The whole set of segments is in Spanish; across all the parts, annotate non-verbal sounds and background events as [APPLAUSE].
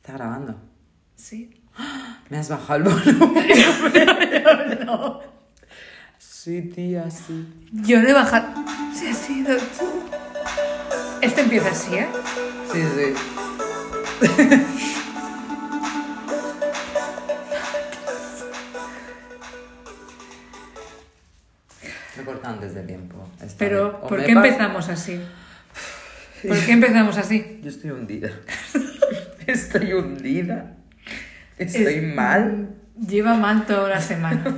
Está grabando. Sí. Me has bajado el volumen. [LAUGHS] no. Sí, tía, sí. Yo no he bajado. Sí, ha sido tú. Este empieza así, ¿eh? Sí, sí. Lo corto antes de tiempo. esta vez. Pero, O ¿por me qué pas- empezamos así? ¿Por qué empezamos así? [LAUGHS] Yo estoy hundida. [LAUGHS] Estoy hundida. Estoy Es- mal. Lleva mal toda la semana.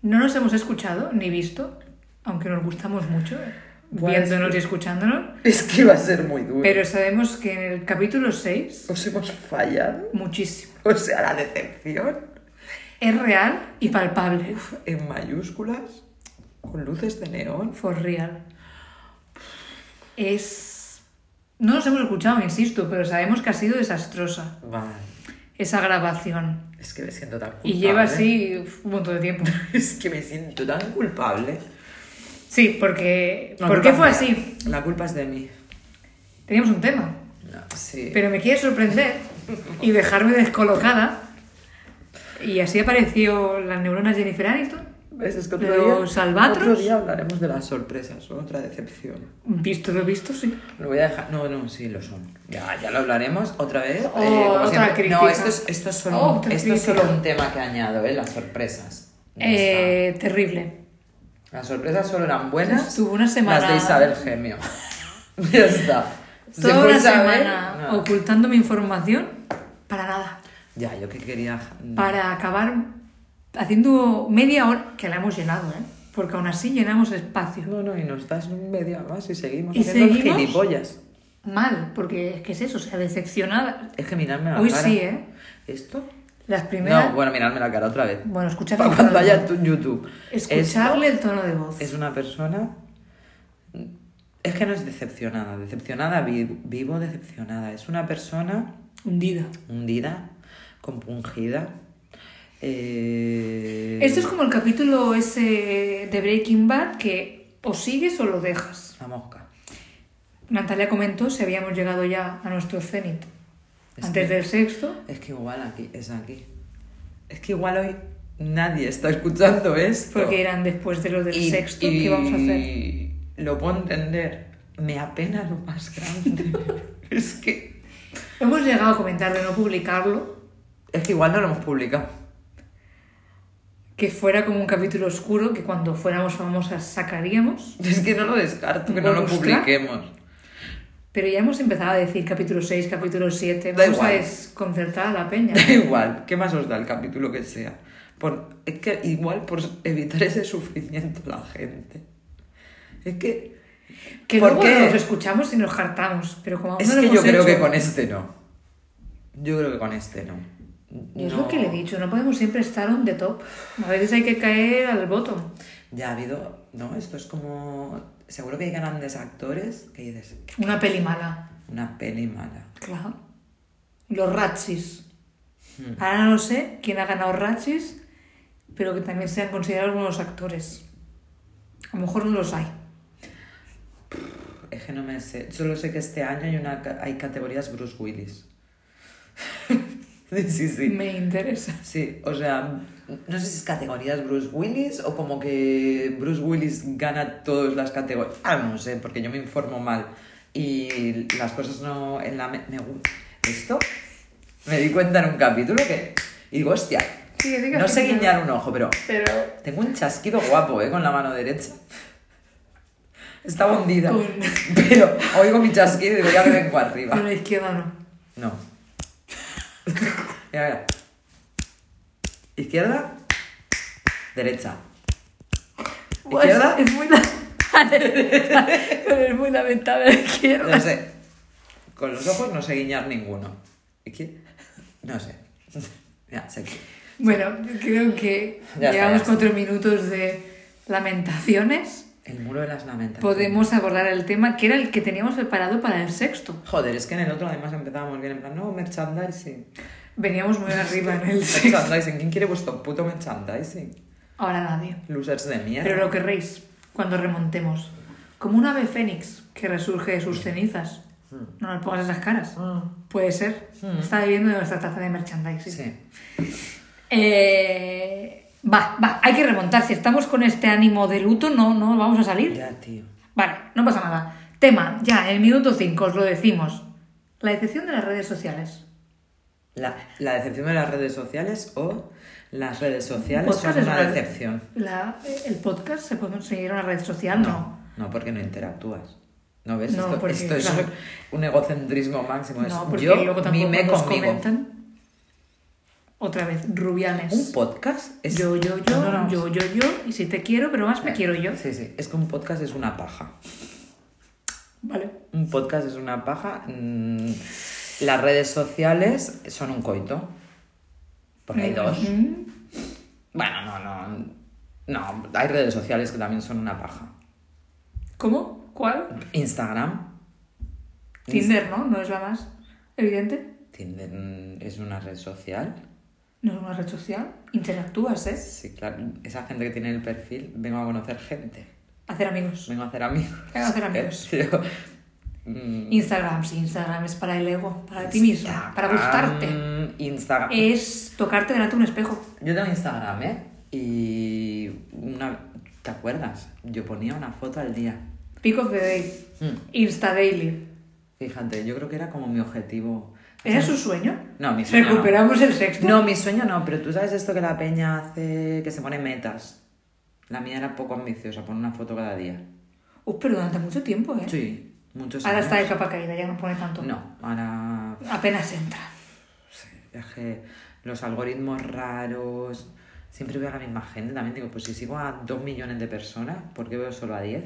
No nos hemos escuchado ni visto, aunque nos gustamos mucho, eh, Buah, es viéndonos y escuchándonos. Es que va a ser muy duro. Pero sabemos que en el capítulo 6, Os hemos fallado. muchísimo. O sea, la decepción. Es real y palpable. en mayúsculas, con luces de neón. For real. Es. No nos hemos escuchado, insisto, pero sabemos que ha sido desastrosa Vale. esa grabación. Es que me siento tan culpable. Y lleva así uf, un montón de tiempo. [LAUGHS] Es que me siento tan culpable. Sí, porque. La ¿Por culpa qué fue es mía. así? La culpa es de mí. Teníamos un tema. No, sí. Pero me quiere sorprender y dejarme descolocada. Y así apareció las neuronas Jennifer Aniston. ¿Ves? Es que otro Los día, albatros. Otro día hablaremos de las sorpresas, otra decepción. Visto lo visto, sí. Lo voy a dejar. No, no, sí, lo son. Ya, ya lo hablaremos otra vez. eh, Oh, como otra siempre. No, crítica. esto es, esto es solo, Oh, un, otra esto es crítica. solo un tema que añado, ¿eh? Las sorpresas. Ya Eh, terrible. está. Las sorpresas solo eran buenas. Estuvo una semana- Las de Isabel [LAUGHS] Gemio. ya está. Se Toda fue una Isabel, semana no. ocultando mi información para nada. Ya, yo que quería. para acabar haciendo media hora, que la hemos llenado, ¿eh? porque aún así llenamos espacio. No, no, y nos das media más y seguimos ¿Y haciendo seguimos? gilipollas. Mal, porque es que es eso, o sea, decepcionada. Es que mirarme la Hoy cara. sí, ¿eh? ¿Esto? Las primeras... Ah, No, bueno, mirarme la cara otra vez. bueno, escuchar Para el tono cuando de haya voz. tu YouTube. Escucharle el tono de voz. Esto es una persona. Es que no es decepcionada. Decepcionada, vi- vivo decepcionada. Es una persona Hundida. hundida, compungida. eh, Esto es como el capítulo ese de Breaking Bad que o sigues o lo dejas. La mosca. Natalia comentó si habíamos llegado ya a nuestro cenit Es antes que- del sexto. Es que igual aquí, es aquí. Es que igual hoy nadie está escuchando esto. Porque eran después de lo del Y- sexto, y ¿qué vamos a hacer? Lo puedo entender. Me apena lo más grande. [LAUGHS] es que. Hemos llegado a comentar de no publicarlo, Es que igual no lo hemos publicado. que fuera como un capítulo oscuro que cuando fuéramos famosas sacaríamos. Es que no lo descarto, que no lo Ostras. publiquemos. Pero ya hemos empezado a decir capítulo 6, capítulo 7. Da Vamos a igual. desconcertar a la [LAUGHS] peña. Da igual, ¿qué más os da el capítulo que sea? Por, es que igual por evitar ese sufrimiento a la gente. Es que. Que ¿Por luego qué? nos escuchamos y nos hartamos. Pero como aún Es no lo que yo hemos creo hecho- que con este no. Yo creo que con este no. Y Es No. lo que le he dicho, no podemos siempre estar on the top. A veces hay que caer al bottom. Ya ha habido. No, esto es como. Seguro que hay grandes actores que dices. Una peli mala. Una peli mala. Claro. Los Ratchis. Hmm. Ahora no sé quién ha ganado Ratchis, pero que también sean considerados buenos actores. A lo mejor no los hay. Es que no me sé. Solo sé que este año hay, una, ca- hay categorías Bruce Willis. [LAUGHS] sí, sí, sí. Me interesa. Sí, o sea, no sé si es categorías Bruce Willis o como que Bruce Willis gana todas las categorías. Ah, no sé, porque yo me informo mal. Y las cosas no. En la me, me gu- Esto. Me di cuenta en un capítulo que. Y digo, hostia. Sí, sí que No sí, sé claro. guiñar un ojo, pero. Pero Tengo un chasquido guapo, ¿eh? Con la mano derecha. Estaba hundida. Con- Pero oigo mi chasquido y digo, ya me vengo arriba. con la izquierda no. No. Mira, mira. Izquierda. Derecha. Buah, ¿Izquierda? Es, es muy la... la derecha, pero es muy lamentable la izquierda. No sé. Con los ojos no sé guiñar ninguno. Izquierda. No sé. Ya, sé que- Bueno, creo que Ya está, llevamos ya está. cuatro minutos de lamentaciones. El muro de las lamentaciones. Podemos abordar el tema que era el que teníamos preparado para el sexto. Joder, es que en el otro además empezábamos bien en plan, no, merchandising. [LAUGHS] Veníamos muy arriba en el sexto. Merchandising, ¿quién quiere vuestro puto merchandising? Ahora nadie. Losers de mierda. Pero lo querréis cuando remontemos. Como un ave fénix que resurge de sus cenizas. Hmm. No nos pongas esas caras. Mm. Puede ser. Está bebiendo de nuestra taza de merchandising. Sí. Eh, va, va, hay que remontar. Si estamos con este ánimo de luto, no, no vamos a salir. Ya, tío. Vale, no pasa nada. Tema, ya, en el minuto 5 os lo decimos. La decepción de las redes sociales. La, la decepción de las redes sociales o las redes sociales Podcast son es una una- decepción. La- el podcast se puede conseguir en una red social, no. No, porque no interactúas. ¿No ves? No, esto porque, esto es claro. [LAUGHS] un egocentrismo máximo. No, es porque Pues yo luego tampoco mime nos conmigo. comentan. Otra vez, rubiales. ¿Un podcast? Pues Es... Yo, yo, yo, No, no, no. yo, yo, yo, y si te quiero, pero más me quiero yo. Sí, sí. Es que un podcast es una paja. Vale. Un podcast es una paja. mm, Las redes sociales son un coito. Porque hay dos. Mm, Bueno, no, no. No, hay redes sociales que también son una paja. ¿Cómo? ¿Cuál? Instagram. Tinder, ¿no? No es la más evidente. Tinder mm, es una red social. No es una red social. Interactúas, ¿eh? Sí, claro. Esa gente que tiene el perfil, vengo a conocer gente. Hacer amigos. Vengo a hacer amigos. Vengo a hacer amigos. [LAUGHS] Eh, tío. Mm, Instagram, sí, Instagram es para el ego, para ti mismo, para Instagram, gustarte. Eh, Instagram. Es tocarte delante de un espejo. Yo tengo Instagram, ¿eh? Y una... ¿Te acuerdas? Yo ponía una foto al día. Pick of the day. Mm. Insta daily. Fíjate, yo creo que era como mi objetivo. ¿Era su sueño? No, mi sueño no. ¿Recuperamos el sexto? No, mi sueño no, pero tú sabes esto que la peña hace, que se pone metas. La mía era poco ambiciosa, poner una foto cada día. Uf, pero durante mucho tiempo, ¿eh? Sí, muchos Ahora años. está de capa caída, ya no pone tanto. No, ahora Apenas entra. pues, es que los algoritmos raros. Siempre veo a la misma gente. También digo, pues si sigo a dos millones de personas, ¿por qué veo solo a 10?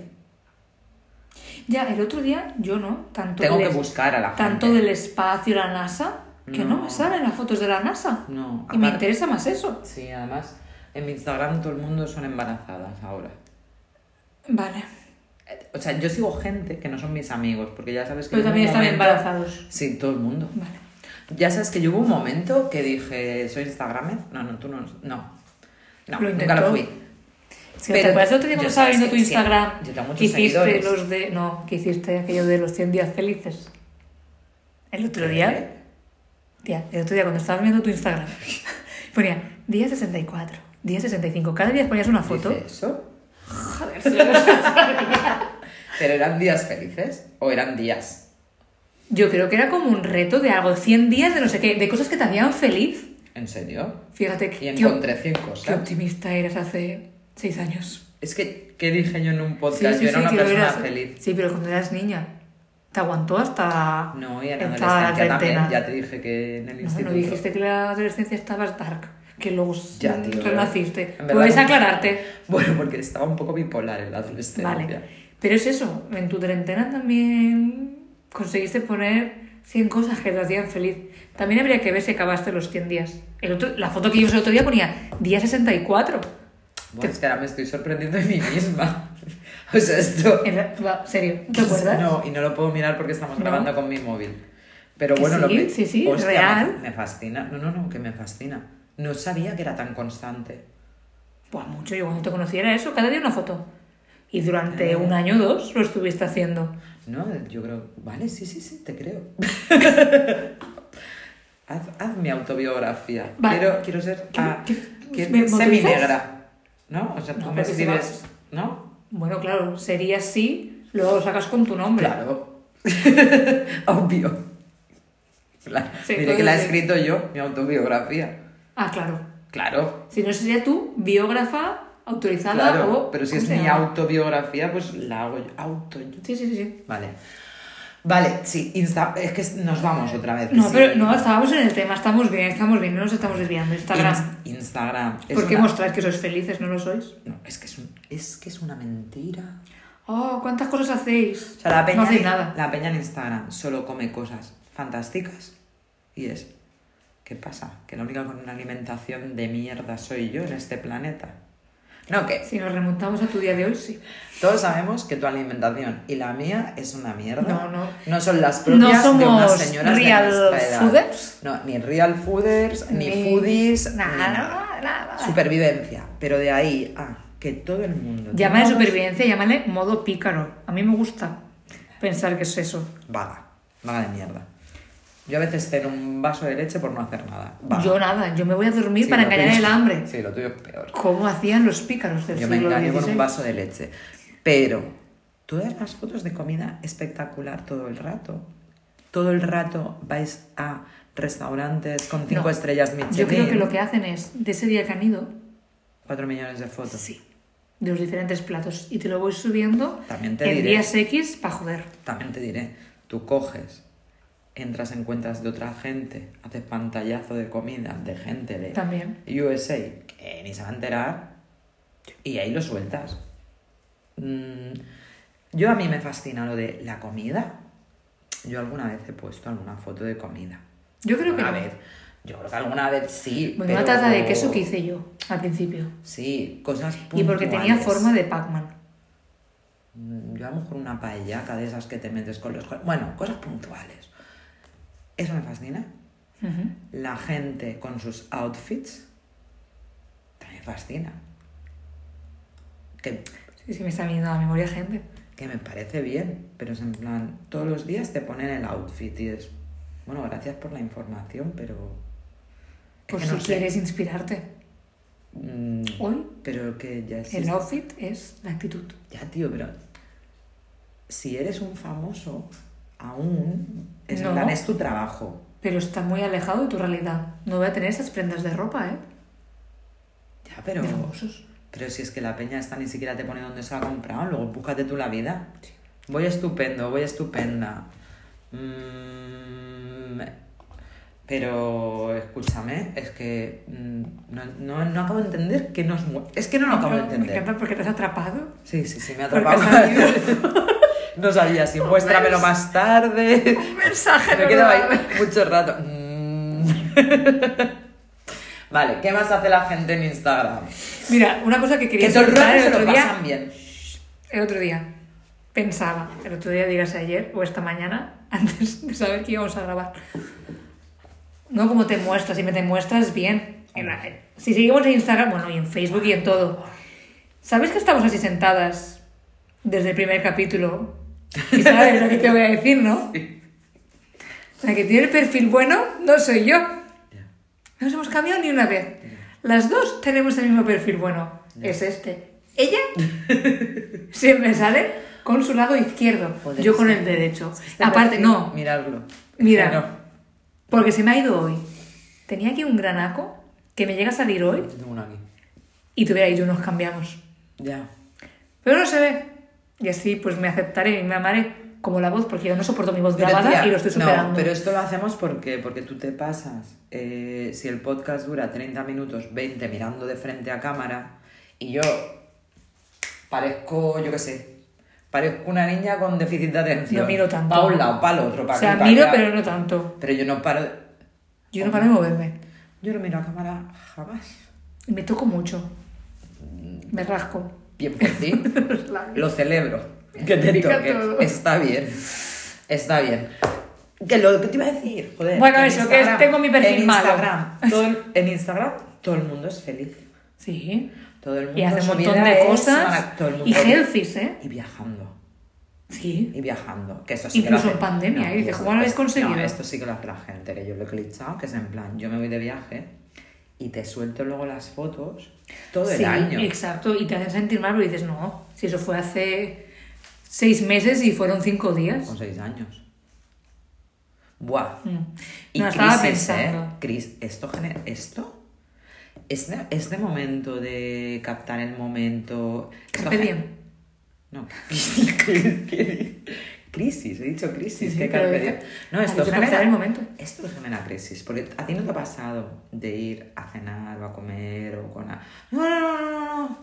Ya, el otro día, yo no, tanto Tengo del que es- buscar a la Tanto gente. del espacio, la NASA, que no, No. me salen las fotos de la NASA. No, Y me aparte- interesa más eso. Sí, además, en mi Instagram todo el mundo son embarazadas ahora. Vale. Eh, O sea, yo sigo gente que no son mis amigos, porque ya sabes que. Pero yo en un también están momento- embarazados. Sí, todo el mundo. Vale. Ya sabes que yo hubo un momento que dije, ¿soy Instagramer? No, no, tú no. No, no Lo nunca lo intentó. fui. Si Pero te acuerdas el otro día yo cuando estaba sé, viendo tu sí, sí. Instagram, Yo tengo muchos que hiciste seguidores. los de. No, que hiciste aquello de los 100 días felices. El otro día. ¿Eh? Tía, el otro día cuando estabas viendo tu Instagram, [LAUGHS] ponía día 64, día 65. Cada día ponías una foto. ¿Dice eso? [LAUGHS] ¿Pero eran días felices o eran días? Yo creo que era como un reto de algo, 100 días de no sé qué, de cosas que te hacían feliz. ¿En serio? Fíjate Y que. encontré 100 cosas. Qué optimista eras hace seis años. Es que, ¿qué dije yo en un podcast? yo era una que lo persona eras. feliz. Sí, pero cuando eras niña, te aguantó hasta. No, y en entrada la adolescencia también. treintena. Ya te dije que en el No, instituto. no dijiste que la adolescencia estabas dark, que luego Ya, tío, en renaciste. verdad Pues Puedes no. aclararte. [LAUGHS] Bueno, porque estaba un poco bipolar en la adolescencia. Vale. Pero es eso, en tu treintena también conseguiste poner 100 cosas que te hacían feliz. También habría que ver si acabaste los 100 días. El otro, la foto que yo usé el otro día ponía día 64. Bueno, es que ahora me estoy sorprendiendo de mí misma. [LAUGHS] o sea, esto... En la- va, serio, ¿te acuerdas? No, y no lo puedo mirar porque estamos No. grabando con mi móvil. Pero Que bueno, lo sí, que... sí, sí, Hostia, me- real. Me fascina. No, no, no, que me fascina. No sabía que era tan constante. Buah, mucho, yo cuando te conociera eso, cada día una foto. Y durante Eh. un año o dos lo estuviste haciendo. No, yo creo... Vale, sí, sí, sí, te creo. [LAUGHS] haz, haz mi autobiografía. Vale. Quiero, quiero ser... ¿Qué- ah, qué- quiero- me motivas? seminegra. ¿No? O sea, tú No, me porque si escribes... ¿No? Bueno, claro, sería así, luego lo sacas con tu nombre. Claro. [LAUGHS] Obvio. Claro. Sí, Diré que la he obvio. escrito yo, mi autobiografía. Ah, claro. Claro. Si no sería tú, biógrafa autorizada Claro, o. pero si oh, ¿cómo es se mi llama? autobiografía, pues la hago yo. Auto yo. Sí, sí, sí, sí. Vale. Vale, sí, Insta- es que nos vamos otra vez. que No, sí. pero no, estábamos en el tema, estamos bien, estamos bien, no nos estamos desviando. Instagram. Ins- Instagram. Es ¿Por qué una- mostrar que sois felices? ¿No lo sois? No, es que es, un- es que es una mentira. Oh, ¿cuántas cosas hacéis? O sea, la peña, no hacéis en- nada. la peña en Instagram solo come cosas fantásticas y es... ¿Qué pasa? Que la única con una alimentación de mierda soy yo en este planeta. No, que Si nos remontamos a tu día de hoy, sí. Todos sabemos que tu alimentación y la mía es una mierda. No, no. No son las propias No de unas somos señoras real de nuestra edad. fooders. No, ni real fooders, ni, foodies, Eh, Nada, ni nada. nada, nada. Supervivencia. Pero de ahí a que todo el mundo... Llámale tengamos- supervivencia, llámale modo pícaro. A mí me gusta pensar que es eso. Vaga. Nada de mierda. Yo a veces ceno un vaso de leche por no hacer nada. Yo nada, yo me voy a dormir Sí, para lo engañar tuyo- el hambre. Sí, lo tuyo es peor. ¿Cómo hacían los pícaros del Yo me siglo engaño con XVI? un vaso de leche. Pero todas las fotos de comida espectacular todo el rato. Todo el rato vais a restaurantes con cinco No. estrellas Michelin. Yo creo que lo que hacen es, de ese día que han ido, Cuatro millones de fotos. sí, de los diferentes platos. Y te lo voy subiendo También te en diré. días X para joder. También te diré, tú coges, entras en cuentas de otra gente, haces pantallazo de comidas de gente de También. USA que ni se va a enterar y ahí lo sueltas. Mm, yo a mí me fascina lo de la comida. Yo alguna vez he puesto alguna foto de comida. Yo creo que Alguna no. vez. Yo creo que alguna vez sí. Bueno, una pero- tarta de queso que hice yo al principio. Sí, cosas Y porque tenía puntuales. forma de Pac-Man. Mm, Yo a lo mejor una paellaca de esas que te metes con los... co- Bueno, cosas puntuales. Eso me fascina. Ujú. La gente con sus outfits también fascina. Que, Sí, sí, me está viniendo a la memoria gente. que me parece bien, pero es en plan, todos los días te ponen el outfit y es... Bueno, gracias por la información, pero... es Por que si no sé. quieres inspirarte. Mm, Hoy pero que ya existe. el outfit es la actitud. Ya, tío, pero si eres un famoso, aún, es, en No. plan, es tu trabajo. Pero está muy alejado de tu realidad. No voy a tener esas prendas de ropa, ¿eh? Ya, pero, De famosos. pero si es que la peña esta ni siquiera te pone dónde se la ha comprado, luego búscate tú la vida. Voy estupendo, voy estupenda. Mm, pero escúchame, es que mm, no, no- no acabo de entender que nos mue- Es que no lo acabo de Me entender. encanta porque te [LAUGHS] has atrapado. Sí, sí, sí, me ha Porque atrapado. has salido. [LAUGHS] No sabía si muéstramelo más tarde. Un mensaje, Me no quedaba ahí lo- mucho rato. Mm. [LAUGHS] vale, ¿qué más hace la gente en Instagram? [LAUGHS] Mira, una cosa que quería que todo el comentar rato el se lo otro día. pasan bien. El otro día pensaba, el otro día digas ayer o esta mañana, [LAUGHS] antes de saber que íbamos a grabar. No como te muestras, si me te muestras bien. En la- si seguimos en Instagram, bueno, y en Facebook y en todo. ¿Sabes que estamos así sentadas desde el primer capítulo? Y sabes lo que te voy a decir, ¿no? La que tiene el perfil bueno no soy yo. No nos hemos cambiado ni una vez. Las dos tenemos el mismo perfil bueno. Es este. Ella [LAUGHS] siempre sale con su lado izquierdo. Joder, yo con sí. el derecho. Este Aparte, no. Mirarlo. Mira. No, Porque se me ha ido hoy. Tenía aquí un granaco que me llega a salir hoy tengo uno aquí. y te hubiera dicho, nos cambiamos. Ya. Pero no se ve. Y así pues me aceptaré y me amaré como la voz, porque yo no soporto mi voz grabada Pero, tía, y lo estoy superando. No, pero esto lo hacemos porque, porque tú te pasas. eh, si el podcast dura 30 minutos, 20 mirando de frente a cámara, y yo parezco, yo qué sé, parezco una niña con déficit de atención. No miro tanto. Para un lado, para el otro, para o sea, aquí, pa' miro, allá. pero no tanto. Pero yo no paro. Yo no paro de moverme. Yo no miro a cámara jamás. Y me toco mucho. Mm. Me rasco. Bien por ti. Los labios. Lo celebro. Que Me te pica toque. todo. Está bien. Está bien. Que lo que te iba a decir, joder. Bueno, en eso, que Instagram- tengo mi perfil en malo. Instagram, todo el- en Instagram todo el mundo es feliz. Sí. Todo el mundo Y hace un su montón vida de es cosas. marac- todo el mundo- Y selfies, ¿eh? Y viajando. Sí. Y viajando. Que eso sí que Incluso lo hace- en pandemia. No, y dices, esto- ¿cómo lo habéis esto- conseguido? no, esto sí que lo hace la gente, que yo lo he clichado, que es en plan, yo me voy de viaje y te suelto luego las fotos todo el sí, año. exacto. Y te hacen sentir mal, pero dices, no, si eso fue hace seis meses y fueron cinco días. Con seis años. Buah. Mm. Y No, estaba crisis, pensando. ¿eh? Cris- esto, gener- esto es de, es de momento de captar el momento. Esto Carpe gen- diem. No, [LAUGHS] ¿qué- qué- crisis, he dicho crisis, Sí, que sí, pero carpe deja- diem. No, ha esto dicho captar genera, el momento. esto genera crisis, porque a ti no te ha pasado de ir a cenar o a comer o con... a- No, no, no, no, no, no,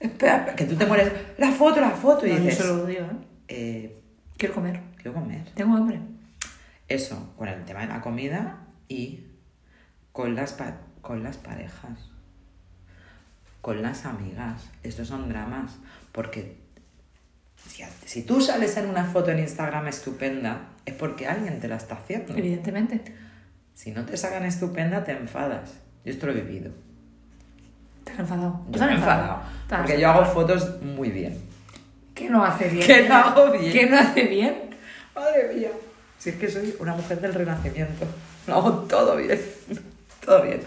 espera, espera, que tú te mueres, la foto, la foto, y Ah. No, yo dices, solo odio, ¿eh? eh, Quiero comer. quiero comer. Tengo hambre. Eso, con el tema de la comida y con las, pa- con las parejas, con las amigas. Estos son dramas, porque si, a- si tú sales en una foto en Instagram estupenda, es porque alguien te la está haciendo. Evidentemente. Si no te sacan estupenda, te enfadas. Yo esto lo he vivido. Te has enfadado. Yo Te has me he enfadado. enfadado, Te has Porque yo hago fotos muy bien. [LAUGHS] ¿Qué no hace bien? ¿Qué no hago bien? ¿Qué no hace bien? Madre mía. Si es que soy una mujer del renacimiento. Lo hago todo bien. [LAUGHS] Todo bien.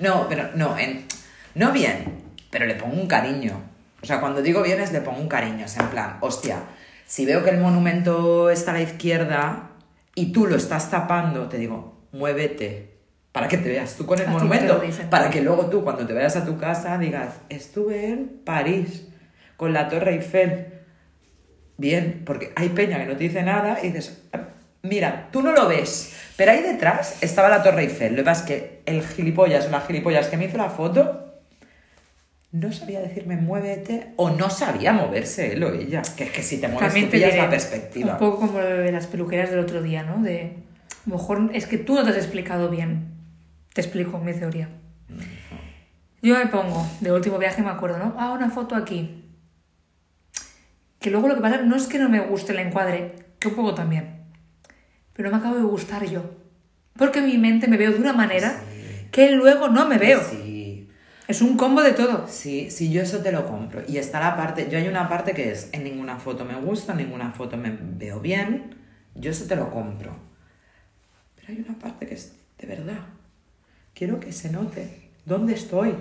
No, pero no, en- no bien, pero le pongo un cariño. O sea, cuando digo bien es le pongo un cariño. Es en plan, hostia, si veo que el monumento está a la izquierda y tú lo estás tapando, te digo, muévete. Para que te veas tú con el A ti te lo monumento. dicen. Para que luego tú, cuando te vayas a tu casa, digas, estuve en París con la Torre Eiffel. Bien, porque hay peña que no te dice nada y dices, mira, tú no lo ves, pero ahí detrás estaba la Torre Eiffel. Lo que pasa es que el gilipollas o las gilipollas que me hizo la foto no sabía decirme muévete o no sabía moverse él o ella. Que es que si te mueves tú pillas diré, la perspectiva. Un poco como lo de las peluqueras del otro día, ¿no? De, a lo mejor es que tú no te has explicado bien. Te explico mi teoría. Yo me pongo, de último viaje me acuerdo, ¿no? Ah, una foto aquí. Que luego lo que pasa no es que no me guste el encuadre, que un poco también. Pero no me acabo de gustar yo. Porque en mi mente me veo de una manera que luego no me veo. Sí, Es un combo de todo. sí, sí, yo eso te lo compro. Y está la parte, yo hay una parte que es, en ninguna foto me gusta, en ninguna foto me veo bien, yo eso te lo compro. Pero hay una parte que es de verdad. Quiero que se note dónde estoy.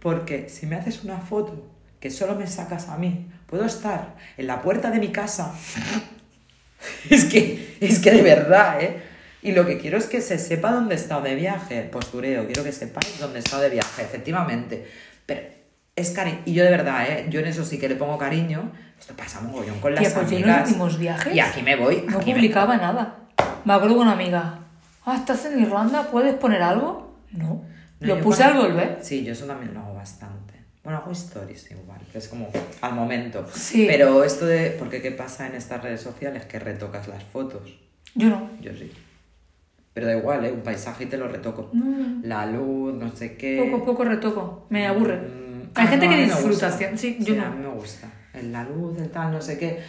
Porque si me haces una foto que solo me sacas a mí, puedo estar en la puerta de mi casa. [LAUGHS] es, que, es que de verdad, ¿eh? Y lo que quiero es que se sepa dónde he estado de viaje, postureo. Quiero que sepáis dónde he estado de viaje, efectivamente. Pero es cariño. Y yo de verdad, ¿eh? Yo en eso sí que le pongo cariño. Esto pasa mogollón con las Tía, pues yo en los amigas. últimos viajes Y aquí me voy. No aquí me- publicaba nada. Me acuerdo con una amiga. Ah, ¿estás en Irlanda? ¿Puedes poner algo? No. No, Lo yo puse cuando- al volver. Sí, yo eso también lo hago bastante. Bueno, hago stories igual, que es como al momento. Sí. Pero esto de. Porque qué pasa en estas redes sociales que retocas las fotos. Yo no. Yo sí. Pero da igual, ¿eh? Un paisaje y te lo retoco. Mm. La luz, no sé qué. Poco a poco retoco. Me aburre. Eh, Mm, ah, Hay gente no, a que mí me disfruta. gusta. haciendo- Sí, yo a mí no. me gusta. El- La luz, el tal, no sé qué.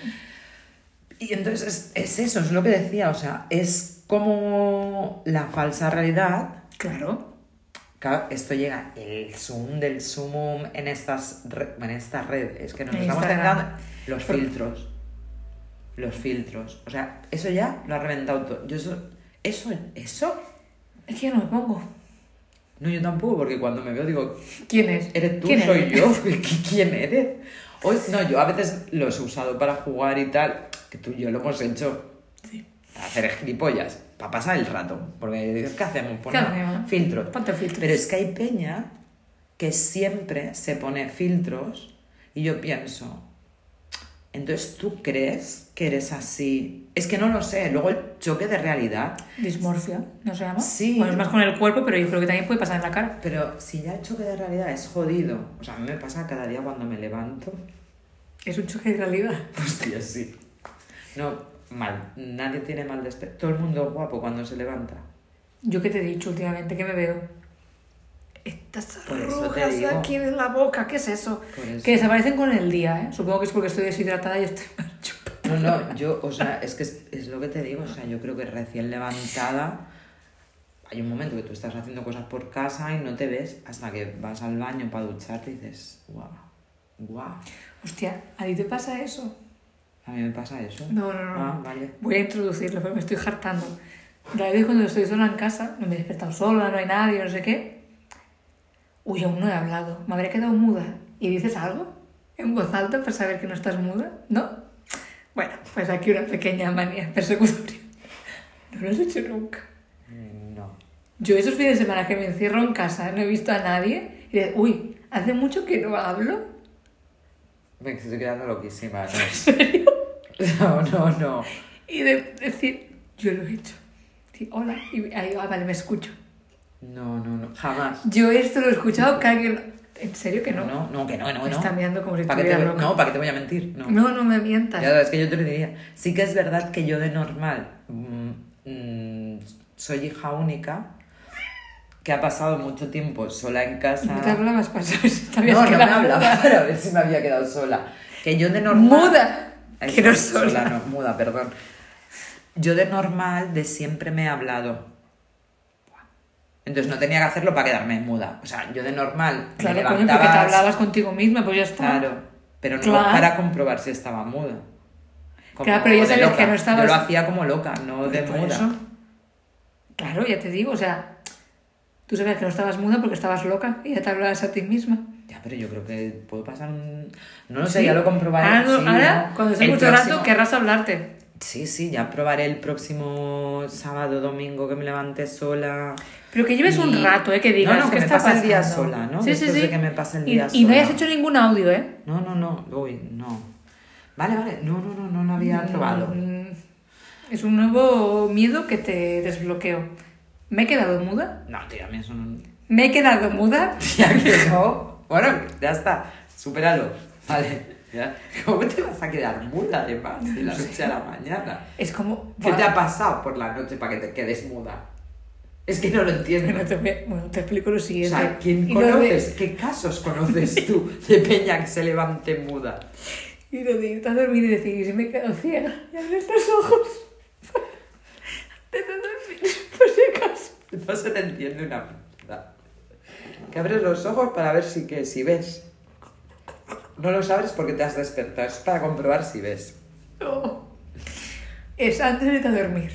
Y entonces es, es eso, es lo que decía, o sea, es como la falsa realidad Claro. Claro, esto llega el zoom del zoom en estas, re- en estas redes, que nos En estamos Instagram. tentando. Los filtros. Los filtros. O sea, eso ya lo ha reventado todo. Yo eso, eso, eso. Es que yo no me pongo. No, yo tampoco, porque cuando me veo digo, ¿Quién es? eres tú, ¿Quién soy eres? yo. [LAUGHS] ¿Qui- ¿Quién eres? Hoy, no, yo a veces los he usado para jugar y tal, que tú y yo lo hemos hecho. Sí. Para hacer gilipollas, para pasar el rato. Porque dices, ¿qué hacemos? Pues ¿Qué nada, hacemos? filtros. Ponte filtros. Pero es que hay peña que siempre se pone filtros y yo pienso, entonces tú crees que eres así. Es que no lo sé, luego el choque de realidad. Dismorfia, ¿no se llama? Sí. Bueno, es más con el cuerpo, pero yo creo que también puede pasar en la cara. Pero si ya el choque de realidad es jodido, o sea, a mí me pasa cada día cuando me levanto. [LAUGHS] Es un choque de realidad. Hostia, sí. No, mal, nadie tiene mal despertar. Todo el mundo es guapo cuando se levanta. Yo que te he dicho últimamente que me veo. Estas Por eso te arrugas digo. aquí en la boca, ¿qué es eso? Por eso. Que desaparecen con el día, ¿eh? Supongo que es porque estoy deshidratada y estoy [LAUGHS] mal chupa. No, no, yo, o sea, es que es, es lo que te digo, o sea, yo creo que recién levantada hay un momento que tú estás haciendo cosas por casa y no te ves hasta que vas al baño para ducharte y dices, guau, guau, Hostia, ¿a ti te pasa eso? a mí me pasa eso. No, no, no. Ah, vale. Voy a introducirlo, pero me estoy hartando. La vez cuando estoy sola en casa, me he despertado sola, no hay nadie, no sé qué. Uy, aún no he hablado. Me habré quedado muda. ¿Y dices algo? ¿En voz alta para saber que no estás muda? ¿No? Bueno, pues aquí una pequeña manía persecutoria. No lo has hecho nunca. Mm, No. Yo esos fines de semana que me encierro en casa, no he visto a nadie, y dices, uy, hace mucho que no hablo. Me estoy quedando loquísima. ¿no? [LAUGHS] No, no, no. Y de decir, yo lo he hecho. Sí, hola, y ahí, ah, vale, me escucho. No, no, no. Jamás. Yo esto lo he escuchado que alguien... ¿En serio que no? No, no, que no, no, Me no. está mirando como si ¿Para qué te, estuviera voy- loca. no, ¿para qué te voy a mentir? No. No, no me Ya, mientas. es que yo te lo diría. Sí que es verdad que yo de normal mm, mm, soy hija única, que ha pasado mucho tiempo sola en casa. No te hablabas para [LAUGHS] saber si te habías No, no me [LAUGHS] quedado hablaba para ver si me había quedado sola. Que yo de normal... muda. Ay, Que no sola, sola. no, muda, perdón. Yo de normal de siempre me he hablado. Entonces no tenía que hacerlo para quedarme muda. O sea, yo de normal Claro, me coño, levantaba... porque te hablabas contigo misma, pues ya está. Claro, pero no Claro. para comprobar si estaba muda. como Claro, pero yo de sabía loca. que no estabas- Yo lo hacía como loca, no de Por moda. eso. Claro, ya te digo, o sea, tú sabías que no estabas muda porque estabas loca y ya te hablabas a ti misma. Ya, pero yo creo que puede pasar un... No lo sé, Sí. ya lo comprobaré. Ahora, no- Sí, ahora, ¿no? cuando esté El mucho rato, próximo- querrás hablarte. Sí, sí, ya probaré el próximo sábado, domingo que me levante sola. Pero que lleves Y- un rato, ¿eh? Que digas, No, no, que ¿qué me está pase el día pasando? sola, ¿no? Sí, sí, Después sí. de que me pase el Y- día y, no hayas sola. hecho ningún audio, ¿eh? No, no, no, uy, no. Vale, vale, no, no, no, no lo había probado. Mm, Es un nuevo miedo que te desbloqueo. ¿Me he quedado muda? No, tía, a mí eso no... ¿Me he [LAUGHS] quedado muda? Tía, que no. Bueno, ya está, supéralo. Vale, ya. ¿Cómo te vas a quedar muda, además, de la noche a la mañana? Es como... ¿Qué te ha pasado por la noche para que te quedes muda? Es que no lo entiendo. [LAUGHS] Bueno, te, voy- bueno, te explico lo O siguiente. sea, ¿quién Y lo de- conoces? ¿Qué casos conoces tú de peña que se levante muda? Y lo de irte a dormir y decir, "Y si me he quedado ciega, y abrir los ojos. [LAUGHS] Te de dormir, por si acaso. No se te entiende una puta. Que abres los ojos para ver si, que, si ves. No lo sabes porque te has despertado. Es para comprobar si ves. No. Es antes de irte a dormir.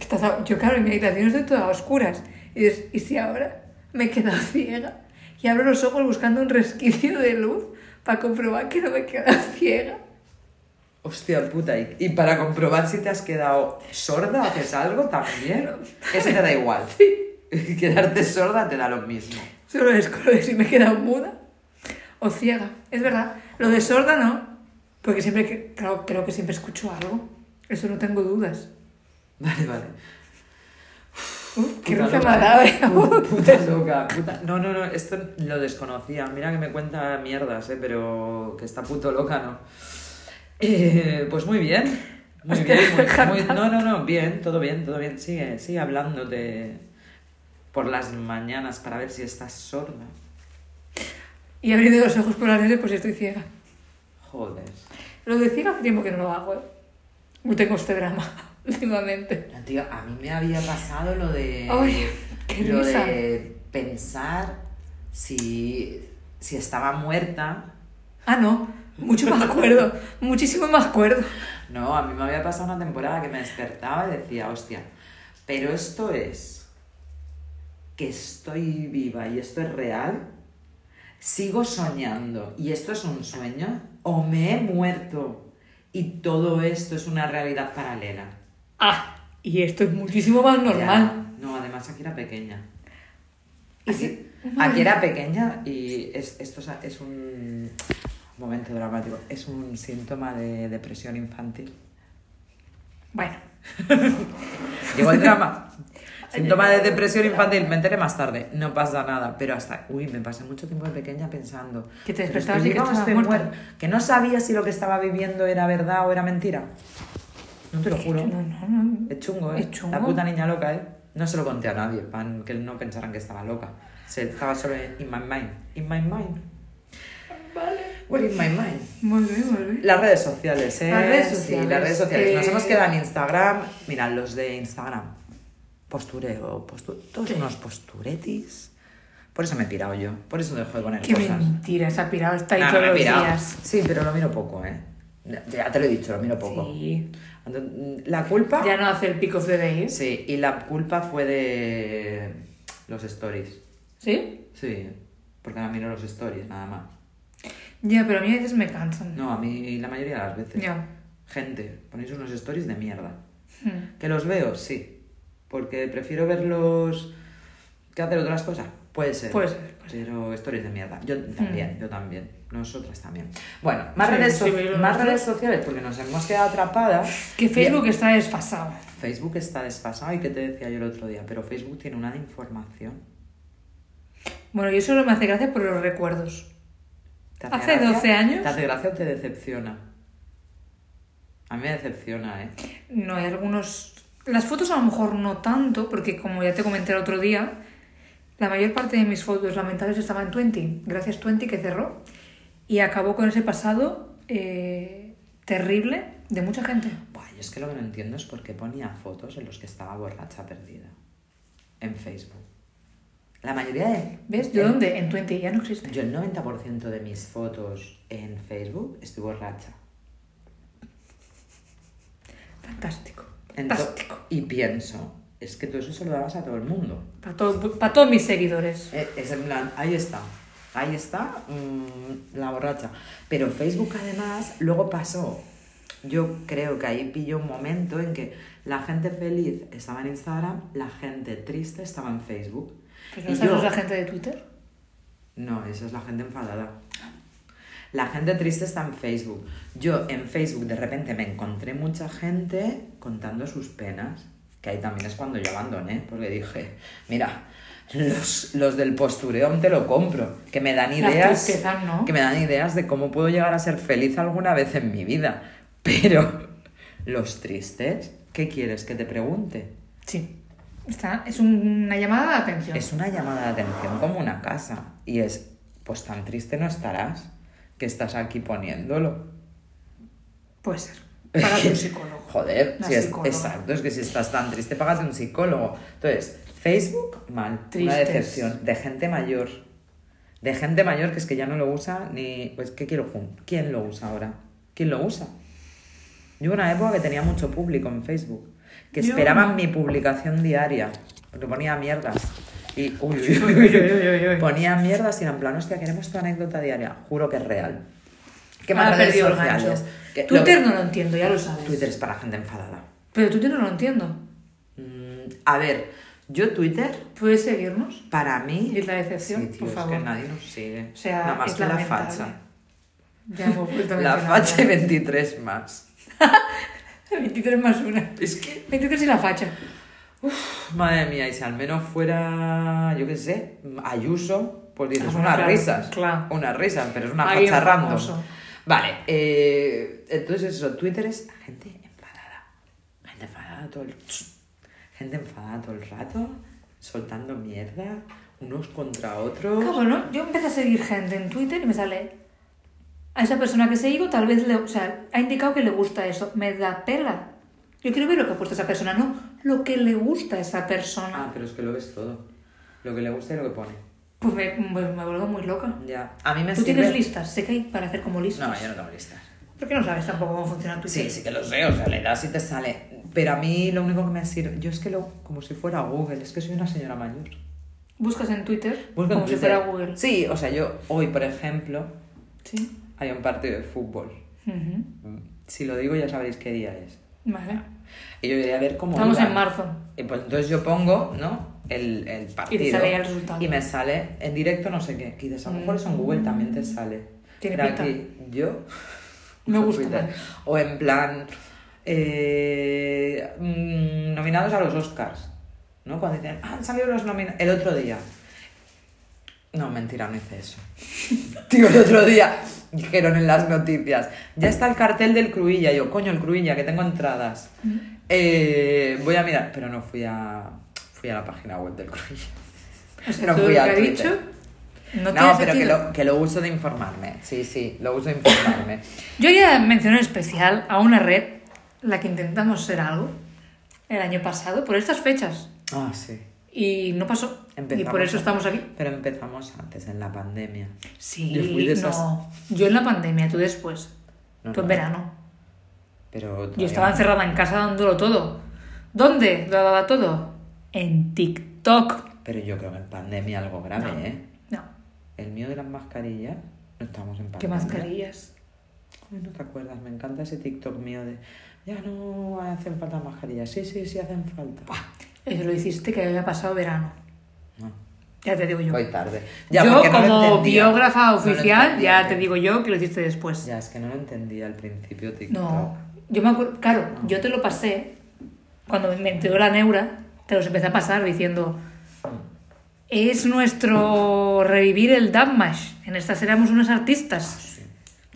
Estás a- yo, claro, en mi habitación estoy toda a oscuras. Y dices, ¿y si ahora me he quedado [LAUGHS] ciega? Y abro los ojos buscando un resquicio de luz para comprobar que no me he quedado [LAUGHS] ciega. Hostia puta. Y, y para comprobar si te has quedado sorda, haces algo también. Eso te da [LAUGHS] igual. [LAUGHS] Quedarte sorda te da lo mismo. Solo es con lo de si me he quedado muda o ciega. Es verdad. Lo de sorda no. Porque siempre que. Claro, creo que siempre escucho algo. Eso no tengo dudas. Vale, vale. Uf, qué Puta risa me loca. ha dado, eh. [LAUGHS] Pu- Puta loca, puta- No, no, no, esto lo desconocía. Mira que me cuenta mierdas, eh, pero que está puto loca, ¿no? Eh, pues muy bien. Muy Hostia, bien, muy- jata. muy- no, no, no, bien, todo bien, todo bien. Sigue, sigue hablándote por las mañanas para ver si estás sorda. Y abrir de los ojos por las noches por si estoy ciega. Joder. Lo de ciega hace tiempo que no lo hago, eh. No tengo este drama [LAUGHS] últimamente. La tía, a mí me había pasado lo de. Ay, qué lo risa. Eh, de pensar si, si estaba muerta. Ah, no. Mucho más acuerdo. Muchísimo más acuerdo. No, a mí me había pasado una temporada que me despertaba y decía, hostia, pero esto es que estoy viva y esto es real, sigo soñando y esto es un sueño o me he muerto y todo esto es una realidad paralela. Ah, y esto es muchísimo más normal. Ya. No, además aquí era pequeña. Y Aquí, si- aquí era pequeña y es- esto es, es un momento dramático, es un síntoma de depresión infantil. Bueno. Llegó el [LAUGHS] drama. Síntoma de depresión infantil, me enteré más tarde, no pasa nada, pero hasta, uy, me pasé mucho tiempo de pequeña pensando Que te pero despertabas estoy y que viva o estabas estoy muerta. muerta. que no sabía si lo que estaba viviendo era verdad o era mentira. No te lo juro. No, no, no. Es chungo, ¿eh? Es chungo. La puta niña loca, ¿eh? No se lo conté a nadie, para que no pensaran que estaba loca. Se estaba solo en in my mind, in my mind. Vale. Well, in my mind. Muy bien, muy bien. Las redes sociales, ¿eh? Las redes Sí, sociales. las redes sociales. Nos Eh, hemos quedado en Instagram. Mirad, los de Instagram. Postureo, postureo. Todos unos posturetis. Por eso me he pirado yo. Por eso dejo de poner Qué cosas. mentira, se ha pirado, está ahí Nah, no todos me he los pirado. días. Sí, pero lo miro poco, ¿eh? Ya- Ya te lo he dicho, lo miro poco. Sí. Entonces, La culpa... Ya no hace el pico de days. Sí, y la culpa fue de los stories. ¿Sí? Sí, porque ahora miro los stories, nada más. Ya, pero a mí a veces me cansan. No, a mí la mayoría de las veces. Ya. Gente, ponéis unos stories de mierda. Hmm. ¿Que los veo? Sí. Porque prefiero verlos que hacer otras cosas. Puede ser. Puede ser, Mm. Pero stories de mierda. Yo también, yo también. Nosotras también. Bueno, más, Sí, redes, sí, so- pero yo más nuestro- redes sociales porque nos hemos quedado atrapadas. Que Facebook Bien, está desfasado. Facebook está desfasado y que te decía yo el otro día, pero Facebook tiene una de información. Bueno, yo solo me hace gracia por los recuerdos. ¿Te hace Hace 12 años. ¿Te hace gracia o te decepciona? A mí me decepciona, ¿eh? No, hay algunos... Las fotos a lo mejor no tanto, porque como ya te comenté el otro día, la mayor parte de mis fotos lamentables estaban en Twenty. Gracias Twenty que cerró. Y acabó con ese pasado eh, terrible de mucha gente. Buah, yo es que lo que no entiendo es por qué ponía fotos en los que estaba borracha perdida. En Facebook. La mayoría de... ¿Ves? ¿De el- dónde? En Twenty. Ya no existe. Yo el 90% de mis fotos en Facebook estoy borracha. Fantástico. Ento- Fantástico. Y pienso, es que tú eso se lo dabas a todo el mundo. Para, todo- para todos mis seguidores. Eh, Es en plan, ahí está, ahí está mm, la borracha. Pero Facebook además luego pasó, yo creo que ahí pilló un momento en que la gente feliz estaba en Instagram, la gente triste estaba en Facebook. Pero Y ¿Pues no yo- sabemos la gente de Twitter. no, esa es la gente enfadada. La gente triste está en Facebook. Yo en Facebook de repente me encontré mucha gente contando sus penas, que ahí también es cuando yo abandoné, porque dije, mira, los, los del postureo aún te lo compro, que me dan Las ideas, tristezas, ¿no? que me dan ideas de cómo puedo llegar a ser feliz alguna vez en mi vida. Pero [LAUGHS] los tristes, ¿qué quieres que te pregunte? Sí. Está, es un- una llamada de atención. Es una llamada de atención como una casa. Y es, pues tan triste no estarás que estás aquí poniéndolo. Puede ser. Para [LAUGHS] un psicólogo. Joder, Una si es, psicóloga. exacto, es que si estás tan triste, págate un psicólogo. Entonces, Facebook, mal. Una Tristes. decepción de gente mayor. De gente mayor que es que ya no lo usa ni... Pues, ¿qué quiero? jun- ¿Quién lo usa ahora? ¿Quién lo usa? Yo hubo una época que tenía mucho público en Facebook, que Yo- esperaban mi publicación diaria, porque ponía mierdas. Y, uy, uy, uy, [LAUGHS] Uy, uy, uy, uy, uy. Ponía mierdas y era en plan, hostia, queremos tu anécdota diaria. Juro que es real. ¿Qué más Ha redes perdido el sociales? Ah, gancho. Que lo- Twitter no lo entiendo, ya lo sabes. Twitter es para gente enfadada. Pero Twitter no lo entiendo. Mm, a ver, yo Twitter, ¿Puedes seguirnos? para mí... Es la decepción, Sí, tío, por es favor. que nadie nos sigue. O sea, Nada más es que la lamentable. facha. Ya hemos vuelto a [LAUGHS] La mencionarlo. facha y 23 más. [LAUGHS] 23 más una. Es que 23 y la facha. Madre mía, y si al menos fuera, yo qué sé, Ayuso, pues dices Ah, bueno, unas claro, risas. claro. Unas risas, pero es una Alguien facha random. famoso. Vale, eh, entonces eso, Twitter es gente enfadada. Gente enfadada todo el Gente enfadada todo el rato, soltando mierda, unos contra otros. Claro, ¿no? Yo empecé a seguir gente en Twitter y me sale. A esa persona que sigo, tal vez le. O sea, ha indicado que le gusta eso. Me da pela. Yo quiero ver lo que ha puesto esa persona, no lo que le gusta a esa persona. Ah, pero es que lo ves todo. Lo que le gusta y lo que pone. Pues me, me, me vuelvo muy loca. Ya. A mí me Tú sirve- tienes listas, sé que hay para hacer como listas. No, yo no tengo listas. ¿Por qué no sabes tampoco cómo funciona Twitter? Sí, sí que lo sé, o sea, le das y te sale. Pero a mí lo único que me sirve, yo es que lo, como si fuera Google, es que soy una señora mayor. Buscas en Twitter Busco en como si Twitter. fuera Google. Sí, o sea, yo hoy, por ejemplo, Sí. hay un partido de fútbol. Ujú. Si lo digo ya sabréis qué día es. Vale. Y yo iré a ver cómo... Estamos iban. en marzo. Y pues entonces yo pongo, ¿no? El, el partido. sale ya el resultado. Y me sale en directo no sé qué. Y dices, a lo mejor eso en Google también te sale. Mm. Tiene Pero pinta. aquí, yo... [LAUGHS] [LAUGHS] Me gusta. Twitter. O en plan... eh, mm, nominados a los Oscars. ¿No? Cuando dicen, "Ah, han salido los nominados... El otro día. No, mentira, no hice [LAUGHS] eso. Tío, el otro día dijeron en las noticias, ya está el cartel del Cruilla. Yo, coño, el Cruilla, que tengo entradas. Mm. Eh, voy a mirar, pero no fui a, fui a la página web del Cruilla. O sea, No todo fui lo a que ha Twitter. dicho. No, No, tiene pero que sentido. lo, que lo uso de informarme. Sí, sí, lo uso de [COUGHS] informarme. Yo ya mencioné en especial a una red, la que intentamos ser algo, el año pasado, por estas fechas. Ah, sí. Y no pasó. Empezamos y por eso a- estamos aquí. Pero empezamos antes, en la pandemia. Sí, Yo fui de esas. no. Yo en la pandemia, tú después. No, tú en no. verano. Pero Pues Yo todavía- estaba encerrada en casa dándolo todo. ¿Dónde lo daba todo? En TikTok. Pero yo creo que en pandemia algo grave, No. ¿eh? No. El mío de las mascarillas, no estamos en pandemia. ¿Qué mascarillas? Ay, no te acuerdas, me encanta ese TikTok mío de ya no hacen falta mascarillas. Sí, sí, sí hacen falta. Eso lo hiciste que había pasado verano. No, Ya te digo yo. voy tarde. yo, porque no lo como entendía. No biógrafa lo oficial, entendía, ya tío. te digo yo que lo hiciste después. Ya, es que no lo entendía al principio TikTok. No, yo me acuerdo, claro, yo te lo pasé cuando me entró la neura, te los empecé a pasar diciendo, Mm. es nuestro revivir el Dammash, en estas éramos unos artistas.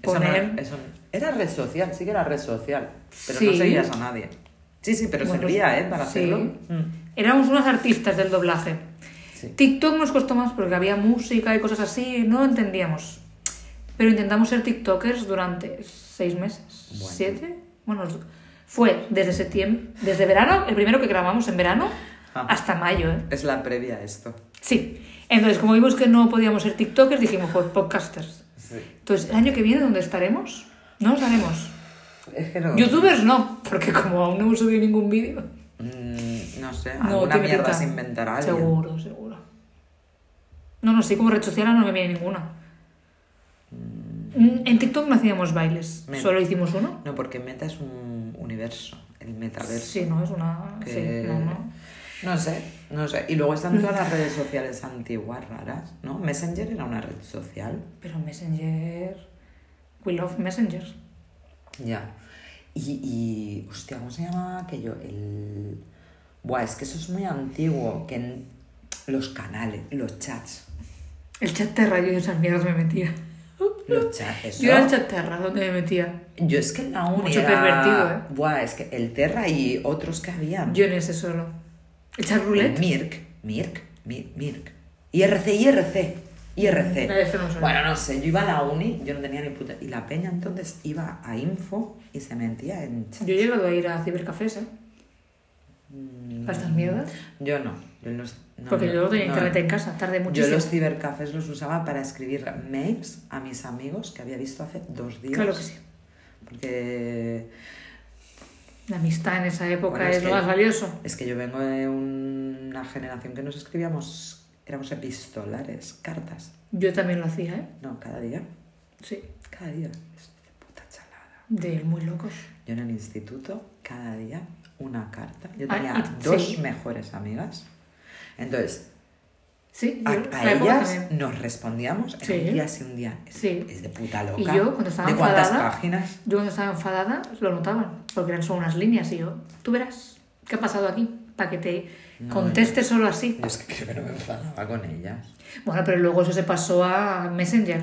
Eso no Poner- era, eso no- era red social, sí que era red social. Pero no Sí. seguías a nadie. Sí, sí, pero Bueno, servía, ¿eh? Para sí. hacerlo. Mm, Éramos unos artistas del doblaje. Sí. TikTok nos costó más porque había música y cosas así, no entendíamos. Pero intentamos ser TikTokers durante seis meses, Bueno. siete. Bueno, os- fue desde septiembre, desde verano, el primero que grabamos en verano, Ah. hasta mayo, ¿eh? Es la previa a esto. Sí. Entonces, como vimos que no podíamos ser TikTokers, dijimos, pues podcasters. Sí. Entonces, el año que viene, ¿dónde estaremos? No nos daremos. Es que no. Youtubers no, porque como aún no hemos subido ningún vídeo. Mm, no sé, No, alguna tiene mierda pinta. se inventará alguien. Seguro, seguro. No, no, sí, como red social ahora no me viene ninguna. Mm, En TikTok no hacíamos bailes, Men. solo hicimos uno. No, porque Meta es un universo, el metaverso. Sí, no, es una. sí, que- no, no. No sé, no sé. Y luego están todas las redes sociales antiguas, raras, ¿no? Messenger era una red social. Pero Messenger. We love Messenger. Ya. Y, y, hostia, ¿cómo se llama aquello? El... Buah, es que eso es muy antiguo, que en los canales, los chats, El chat terra, yo en esas mierdas me metía. los chats, eso. Yo era el chat terra donde me metía. Yo es que en la uni Mucho era- pervertido, ¿eh? Buah, es que el Terra y otros que habían. Yo en ese solo. El chat El roulette. Mirk, Mirk, Mirk, Mirk. IRC, IRC, IRC. No, eso no me suena. bueno, no sé, yo iba a la uni, yo no tenía ni puta... Y la peña entonces iba a info y se metía en chat. Yo he llegado a ir a cibercafés, ¿eh? ¿A estas mierdas? Yo no, yo no... Mm. no, Porque no, yo luego tenía no. internet en casa, tardé Yo muchísimo. los cibercafés los usaba para escribir mails a mis amigos que había visto hace dos días. Claro que sí. Porque La amistad en esa época Bueno, es, es lo que- más valioso. es que yo vengo de una generación que nos escribíamos, éramos epistolares, cartas. Yo también lo hacía, ¿eh? No, cada día, Sí. cada día. Es de puta chalada. De muy locos. Yo en el instituto, cada día, una carta. Yo Ah, tenía y- dos sí. mejores amigas. Entonces, Sí, A, yo- a la época ellas también. nos respondíamos en Sí. un día sí, un día. Es, Sí. es de puta loca. Y yo, cuando estaba ¿De cuántas enfadada- páginas? Yo cuando estaba enfadada lo notaban, porque eran solo unas líneas y yo, tú verás, ¿qué ha pasado aquí? Para que te conteste solo así. Yo es que [LAUGHS] creo que no me enfadaba con ellas. Bueno, pero luego eso se pasó a Messenger.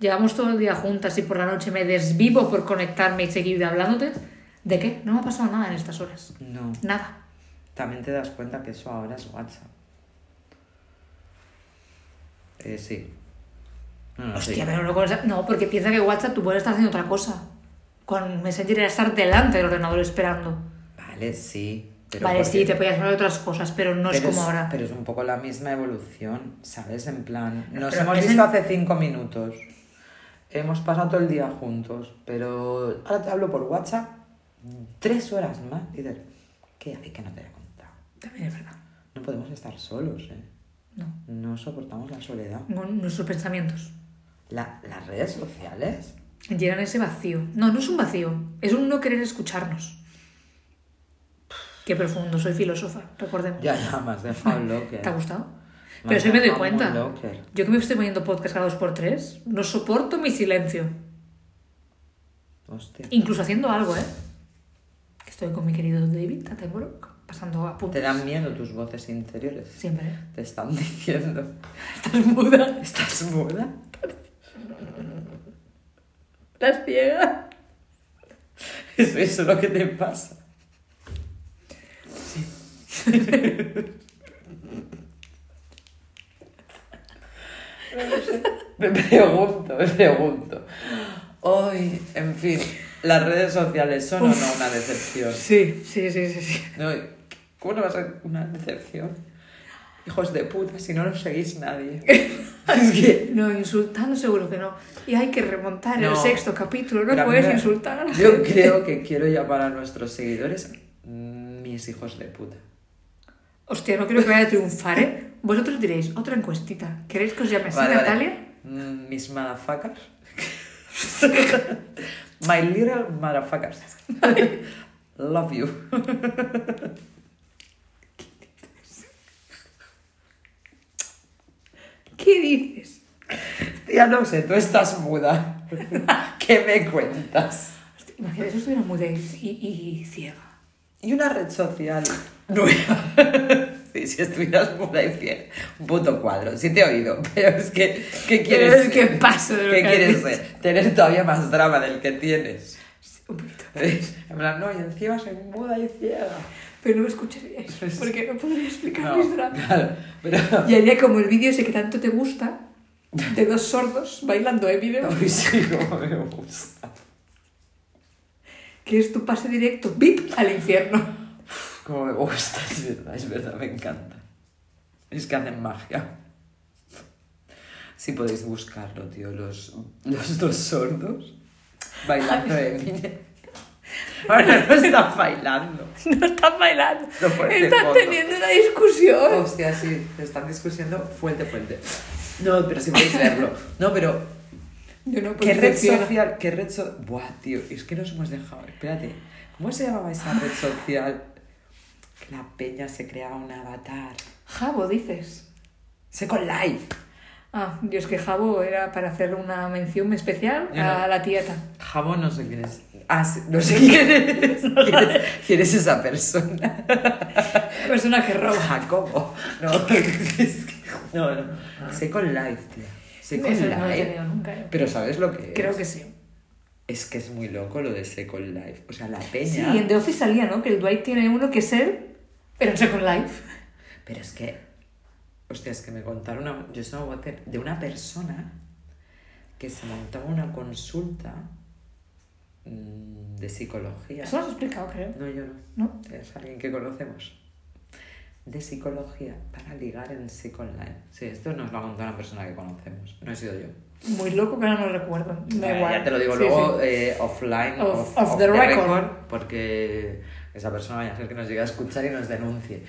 Llevamos todo el día juntas y por la noche me desvivo por conectarme y seguir hablándote. ¿De qué? No me ha pasado nada en estas horas. No. Nada. También te das cuenta que eso ahora es WhatsApp. Eh, sí. No, no, sí. Hostia, pero luego esa- No, porque piensa que WhatsApp tú puedes estar haciendo otra cosa. Con Messenger era estar delante del ordenador esperando. Vale, sí. pero vale, porque- sí, te podías hablar de otras cosas, pero no es pero como ahora. Pero es un poco la misma evolución, ¿sabes? En plan, nos Pero hemos es visto en- hace cinco minutos. Hemos pasado todo el día juntos, pero ahora te hablo por WhatsApp tres horas más. Y dices, ¿qué hace que no te haya contado? También es verdad. No podemos estar solos, ¿eh? No. No soportamos la soledad. Con nuestros pensamientos. La- las redes sociales, Llenan ese vacío. No, no es un vacío. Es un no querer escucharnos. Qué profundo, soy filósofa, recordemos. ya, ya, más de [LAUGHS] Locker. ¿Te ha gustado? Me Pero has sí me doy dejado muy cuenta. locker. Yo que me estoy poniendo podcast cada dos por tres, no soporto mi silencio. Hostia. Incluso haciendo algo, ¿eh? Que Estoy con mi querido David Attenborough, pasando a Te puntos. dan miedo tus voces interiores. Siempre. ¿eh? Te están diciendo, Estás muda. ¿estás [LAUGHS] muda? Estás ciega. Eso eso es lo que te pasa. [LAUGHS] Me pregunto, me pregunto. Hoy, en fin, las redes sociales son o no una decepción. Sí, sí, sí, sí, sí. No, ¿Cómo no va a ser una decepción? Hijos de puta, si no nos seguís [LAUGHS] nadie. Es que No, insultando seguro que no. Y hay que remontar el No. sexto capítulo, no Pero a mí puedes me- insultar. a la [LAUGHS] Yo gente. creo que quiero llamar a nuestros seguidores mm, mis hijos de puta. Hostia, no creo que vaya a triunfar, ¿eh? Vosotros diréis, otra encuestita. ¿Queréis que os llame así, Vale, vale. Natalia? Mm, Mis motherfuckers. [LAUGHS] My little motherfuckers. [LAUGHS] Love you. ¿Qué dices? Ya no sé, tú estás muda. [LAUGHS] ¿Qué me cuentas? Hostia, imagínate, eso estuviera muy de y, y ciega. Y una red social nueva. [LAUGHS] Sí, si estuvieras muda y ciega. Un puto cuadro. Sí te he oído, [LAUGHS] pero es que... ¿Qué quieres es que ser? paso de lo ¿Qué que has quieres dicho. ser? Tener todavía más drama del que tienes. Sí, Un poquito. En plan, no, y encima soy muda y ciega. Pero no me escucharíais, [LAUGHS] porque no podría explicar mis dramas. claro, pero... [LAUGHS] Y haría como el vídeo ese que tanto te gusta, de dos sordos bailando, ¿eh? Video. Uy, sí, como me gusta. Que es tu pase directo, ¡bip! al infierno. [LAUGHS] Como me gusta, es verdad, es verdad, me encanta. Es que hacen magia. Si podéis buscarlo, tío, los, los dos sordos bailando Eminem. [LAUGHS] Ahora no estás bailando. No estás bailando. Lo pones de Estás fondo. teniendo una discusión. Hostia, sí, te están discutiendo fuerte, fuerte. No, pero si podéis verlo. No, pero Yo no puedo ¿Qué red decir- social? ¿Qué red social? Buah, tío, es que nos hemos dejado. Espérate, ¿cómo se llamaba esa red social? Que la peña se creaba un avatar. Jabo, dices. Second Life. Ah, yo es que Jabo era para hacer una mención especial Yo a no. la tieta. Jabón, no sé quién es. Ah, sí, no sé quién es. [LAUGHS] ¿Quién es, quién es esa persona? La persona que roba. Jacobo. No, [LAUGHS] es que- no, no. Second Life, tío. Second Eso no lo he tenido Life. nunca. yo. ¿eh? Pero ¿sabes lo que es? Creo que sí. Es que es muy loco lo de Second Life. O sea, la Sí, peña. y en The Office salía, ¿no? Que el Dwight tiene uno que es él, pero en Second Life. Pero es que, hostia, es que me contaron, una- yo estaba hacer de una persona que se montaba una consulta mm, de psicología. Eso lo has explicado, creo. No, yo no. ¿No? Es alguien que conocemos. De psicología para ligar en Online. Sí, esto nos lo ha contado una persona que conocemos. No he sido yo. Muy loco, pero no lo recuerdo. Da Eh, igual. Ya te lo digo Sí, luego sí. eh, offline, Off- off, off off the the, record. record. porque esa persona vaya a ser que nos llegue a escuchar y nos denuncie.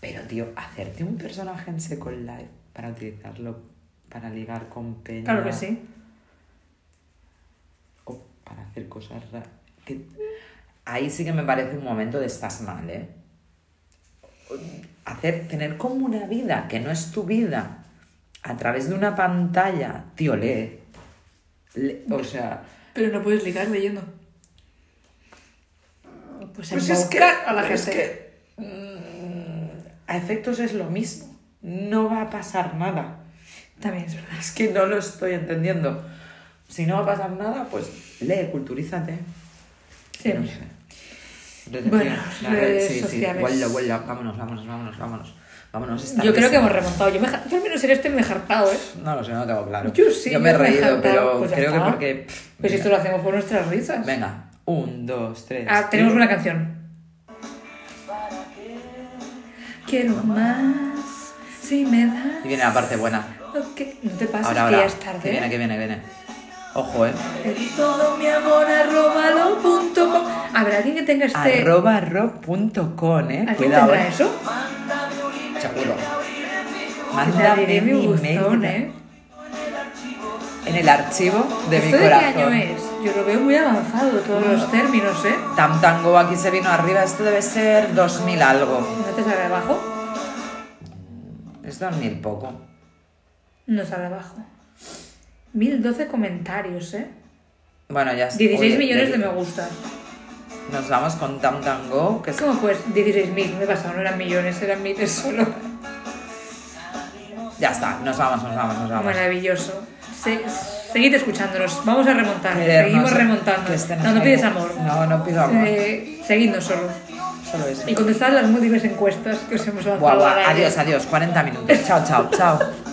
Pero, tío, hacerte un personaje en Second Life para utilizarlo, para ligar con peña... Claro que sí. O para hacer cosas raras... Ahí sí que me parece un momento de estás mal, ¿eh? Hacer, tener como una vida que no es tu vida a través de una pantalla, tío, lee. Le- o sea... Pero no puedes ligar leyendo. Pues, Pues embaucar es que, a la gente. es que, mm, a efectos es lo mismo. No va a pasar nada. También es verdad. Es que no lo estoy entendiendo. Si no va a pasar nada, pues lee, culturízate. Sí. No sé. Entonces, Bueno, la redes sí, sociales. Sí, vuelve, vuelve. Vámonos, vámonos, vámonos, vámonos. Vámonos. esta Yo vez. creo que hemos remontado. Yo, me, ja- yo al menos en este me he jartado, ¿eh? No lo sé, no tengo claro. Yo sí. me he reído, jartado. pero Pues ya creo que está. porque... Pues pff, si esto venga. lo hacemos por nuestras risas. Venga, un, dos, tres. Ah, tenemos y- una canción. Quiero más si me das Y viene la parte buena. lo que... No te pases, Ahora, que ahora. ya es tarde. ¿eh? Que viene, que viene, que viene. Ojo, eh. Y todo mi amor arroba lo punto com. Habrá alguien que tenga este... Arroba rock.com, eh. ¿Alguien Cuidado, tendrá eh. eso? Este Seguro. Abriré Mándame mi mi buzón, mail ¿eh? en el archivo de mi ¿Esto de qué año corazón. es? Yo lo veo muy avanzado, todos los términos, ¿eh? Tam Tango aquí se vino arriba. Esto debe ser 2000 algo. ¿No te sale abajo? Es 2000 poco. No sale abajo. 1012 comentarios, ¿eh? Bueno, ya está. 16 Oye, millones de ya- me gustas. Nos vamos con Tam Tango, que es ¿Cómo pues? 16.000, me he pasado, no eran millones, eran miles solo. Ya está, nos vamos, nos vamos, nos vamos. Maravilloso. Se- seguid escuchándonos, vamos a remontar, Querernos, seguimos eh, remontando. que este No, no hay- pides amor. No, no pido amor. Eh, seguidnos solo. Solo eso. Y contestad las múltiples encuestas que os hemos lanzado. Guau, guau. al aire. Adiós, adiós. 40 minutos. Chao, chao, chao.